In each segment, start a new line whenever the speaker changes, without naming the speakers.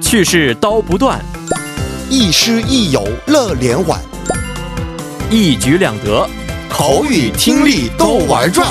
去世刀不断，
亦师亦友乐连环，
一举两得。
口语听力都玩转。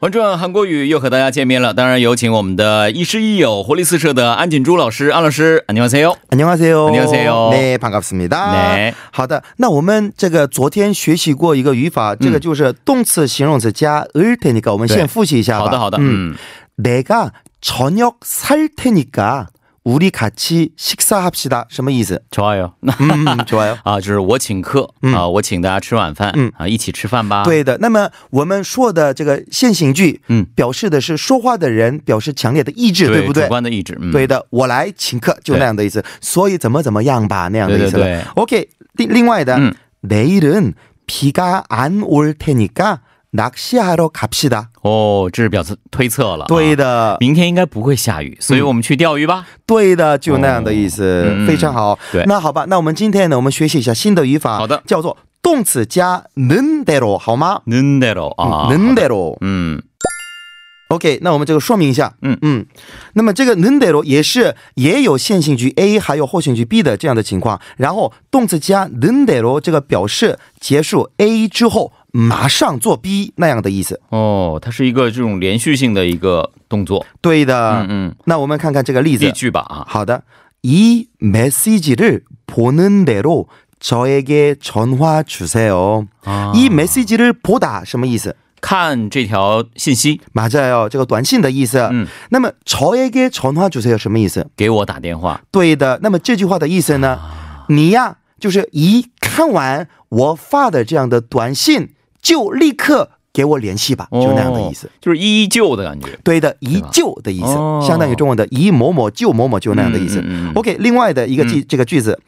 玩转韩国语又和大家见面了，当然有请我们的亦师亦友、活力四射的安锦珠老师，安老师，안녕하세요。
안녕하세요，
안녕하세요
네반갑습니다。
네
好的，那我们这个昨天学习过一个语法，这个就是动词、形容词加을테니까。我们先复习一下吧。
好的，好的，嗯，
내가저녁살테니까우리같이식사합시다。什么意 思？
좋아요。那
嗯，좋아요。
啊，就是我请客
嗯
啊，我请大家吃晚饭
嗯
啊，一起吃饭吧。，
对的，那么我们说的这个现行句，
嗯
表示的是说话的人表示强烈的意志，对不对
主？观的意志，嗯，
对的，我来请客，就
对
那样的意思。所以怎么怎么样吧，那样的意思了。
对对对
OK，另另外的，
嗯
내일은비가안올테니까낚시하러갑시다。
哦，这是表示推测了。
对嗯
的，
的，
明天应该不会下雨，所以我们去钓鱼吧。
对的，就那样的意思，
嗯
非常好。
어。 음。 对
那好吧，那我们今天呢，我们学习一下新的语法，
好的
叫做动词加는대로，好吗？
는대로啊，
는대로。
嗯，
OK，那我们这个说明一下，
嗯
嗯，那么这个 n d e r o 也是也有先行句 A 还有后行句 B 的这样的情况，然后动词加 n d e r o 这个表示结束 A 之后马上做 B 那样的意思。
哦，它是一个这种连续性的一个动作。
对的，
嗯嗯，
那我们看看这个例子
例。句吧啊，
好的，이메시지를보는대로저에게전화주세요。
啊
이메시지를보다什么意思？
看这条信息，
맞아요，这个短信的意思。
嗯，
那么저에게전화주세요什么意思？
给我打电话。
对的。那么这句话的意思呢？
啊
你呀，就是一看完我发的这样的短信，就立刻给我联系吧，就那样的意思。
哦，就是依旧的感觉。
对的，一
吧
就的意思，
哦
相当于中文的“一某某就某某”，就那样的意思。
嗯嗯嗯嗯
OK，另外的一个句、这个句子，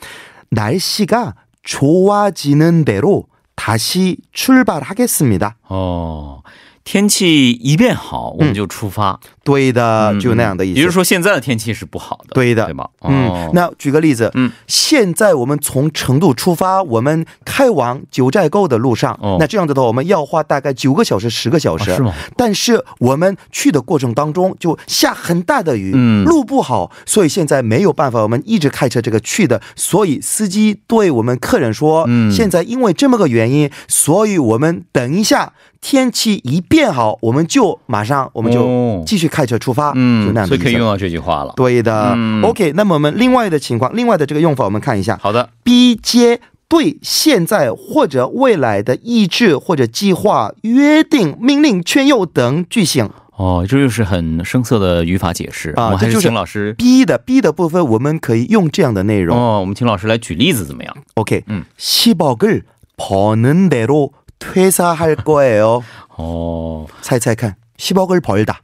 날씨가좋아지는대로다시출발하겠습니다。
哦，天气一变好，我们就出发，
对的，
嗯
就那样嗯的意思。
也就是说，现在的天气是不好的，
对的
对吧？
嗯
哦，
那举个例子，
嗯，
现在我们从成都出发，我们开往九寨沟的路上，
哦
那这样子的话，我们要花大概九个小时、十个小时、
啊是吗？
但是我们去的过程当中就下很大的雨，
嗯
路不好，所以现在没有办法，我们一直开车这个去的，所以司机对我们客人说，
嗯
现在因为这么个原因，所以我们等一下天气一变好，我们就马上我们
哦
就继续开车出发，就
嗯
那，样的
所
意
以
思。
可以用到这句话了。
对的、
嗯
o k 那么我们另外的情况，另外的这个用法，我们看一下。
好的，
B 接对现在或者未来的意志或者计划、约定、命令、劝诱等句型。
哦，这就是很生涩的语法解释，
啊
我们还
这就是是
请老师。
B 的 B 的部分，我们可以用这样的内
嗯
容。
哦，我们请老师来举例子怎么样？
OK，
嗯
10억을버는대로퇴사할거예요。
哦，
猜猜看， 10억을 벌다。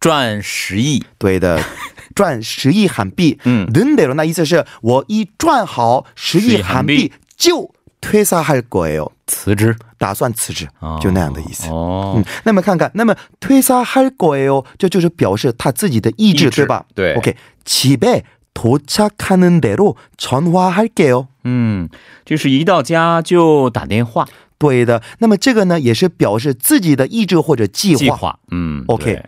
赚十亿，
对的，赚十亿韩币。
嗯
는대로那意思是我一赚好十
十
亿韩
亿韩
币就퇴사할거예요。
辞职，
打算辞职
哦，
就那样的意思。
哦
嗯，，那么看看，那么推撒할거예요，这哦就是表示他自己的意志，
意志
对吧？
对
，OK，집에도착하는대로전화할게요。
嗯，就是一到家就打电话，
对的，那么这个呢，也是表示自己的意志或者计
计
划。
划，嗯
OK
对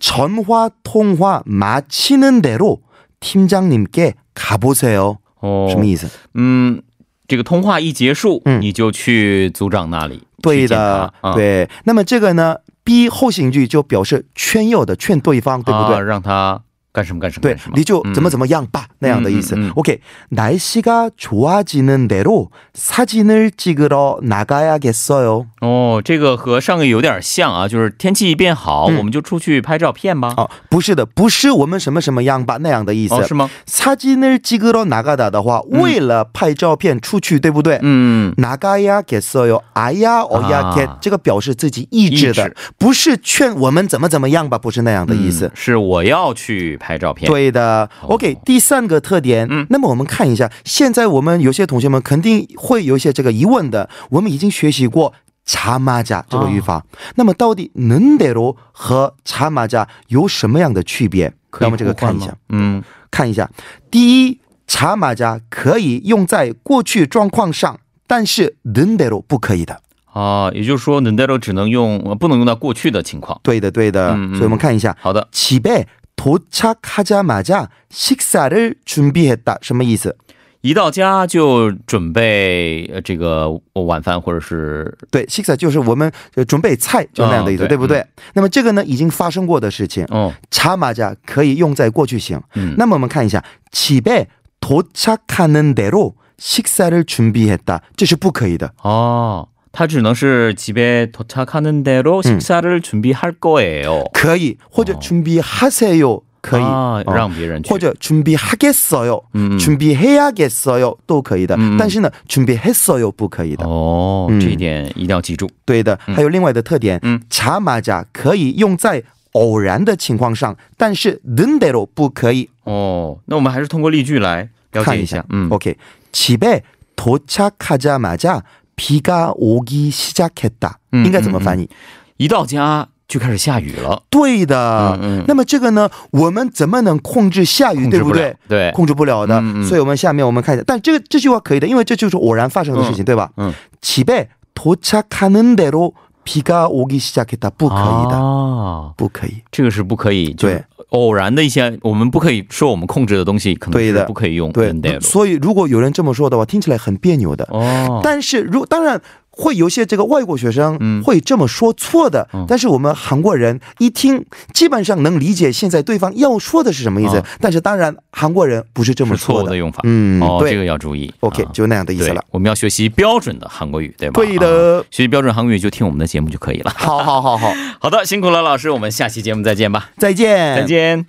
전화통화마치는대로팀장님께가보세요。
哦，
什么意思？
嗯，这个通话一结束，
嗯
你就去组长那里。
对
去见
的
他，啊
对。那么这个呢，be 后行句就表示劝诱的，劝对方，对不对
啊、？让他干什么干什么
对
干什，么，
你就怎么怎么样吧、那样的意思。
嗯嗯嗯
OK，날씨가좋아지는대로사진을찍으러나가야겠어요。
哦，这个和上个有点像啊，就是天气一变好，我们就出去拍照片吧。
嗯哦，不是的，不是我们什么什么样吧那样的意思。
哦，是吗？
사진을찍으러나가다的话，为了拍照片出去，对不对？
음. 嗯，
나가야겠어요，哎呀，哦呀，get，、
啊
这个表示自己意志的
意志
不是劝我们怎么怎么样吧，不是那样的意思。
嗯是我要去拍照片。，
对的
哦
，OK。第三个特点，
嗯
那么我们看一下，现在我们有些同学们肯定会有一些这个疑问的，我们已经学习过。查马甲这个语
啊
法，那么到底能得罗和查马甲有什么样的区别？
可以
那我们这个
互换
看一
吗
下，
嗯，
看一下。第一，查马甲可以用在过去状况上，但是能得罗不可以的。
啊，也就是说 n d e r o 只能用，呃不能用到过去的情况。
对的，对的。
嗯嗯
所以我们看一下，
好的，
집에도착하는대로전화할게요。 도착하자마자 식사를 준비했다.什么意思？
一到家就准备呃这个晚饭或者是
对，식사 就是我们呃准备菜，就那样的意思，
啊对
对不对、那么这个呢，已经发生过的事情，
哦，
查马家可以用在过去形。
嗯，
那么我们看一下，집에도착하는대로식사를준비했다，这是不可以的。
哦，它只能是집에도착하는대로식사를준비할거예요，
可以，或者
哦
준비하세요，可以，
啊
哦
让别人去
或者준비하겠어요，
嗯嗯
준비해야겠어요都可以的。
嗯嗯
但是呢，준비했어요不可以的。
哦，
嗯
这一点一定要记住。
对的，还有另外的特点，
嗯
查马甲可以用在偶然的情况上，但是 n d e r o 不可以。
哦，那我们还是通过例句来了
看
解
一
一
下哦
下。，嗯，
o k 집에도착하자마자비가오기시작했다，
嗯
应该怎么翻译？
一到家就开始下雨了，
对的、
嗯嗯
那么这个呢，我们怎么能控制下雨，
控
对
制不
不
了
对？。
对，
控制不了的、
嗯嗯
所以我们下面我们看一下，但这个这句话可以的，因为这就是偶然发生的事情，对吧？
嗯，
집에도착하는대로비가오기시작했다，不可以的，
啊，
不可以。
这个是不可以。
对，
偶然的一些，我们不可以说我们控制的东西，可能
对的
是不可以用
对
n d e，
所以如果有人这么说的话，听起来很别扭的。
哦，
但是如当然会有一些这个外国学
嗯
生会这么说错的，但是我们韩国人一听，基本上能理解现在对方要说的是什么意思。
啊
但是当然韩国人不是这么
是错
说
误的
的，
用法。
嗯，
哦，
对、
这个要注意。
o k
啊
就那样的意思
对
了。，
我们要学习标准的韩国语，对吧？
对的
啊学习标准韩国语就听我们的节目就可以了。
好好好 好，嗯
好的，辛苦了，老师，我们下期节目再见吧，
再见，
再见。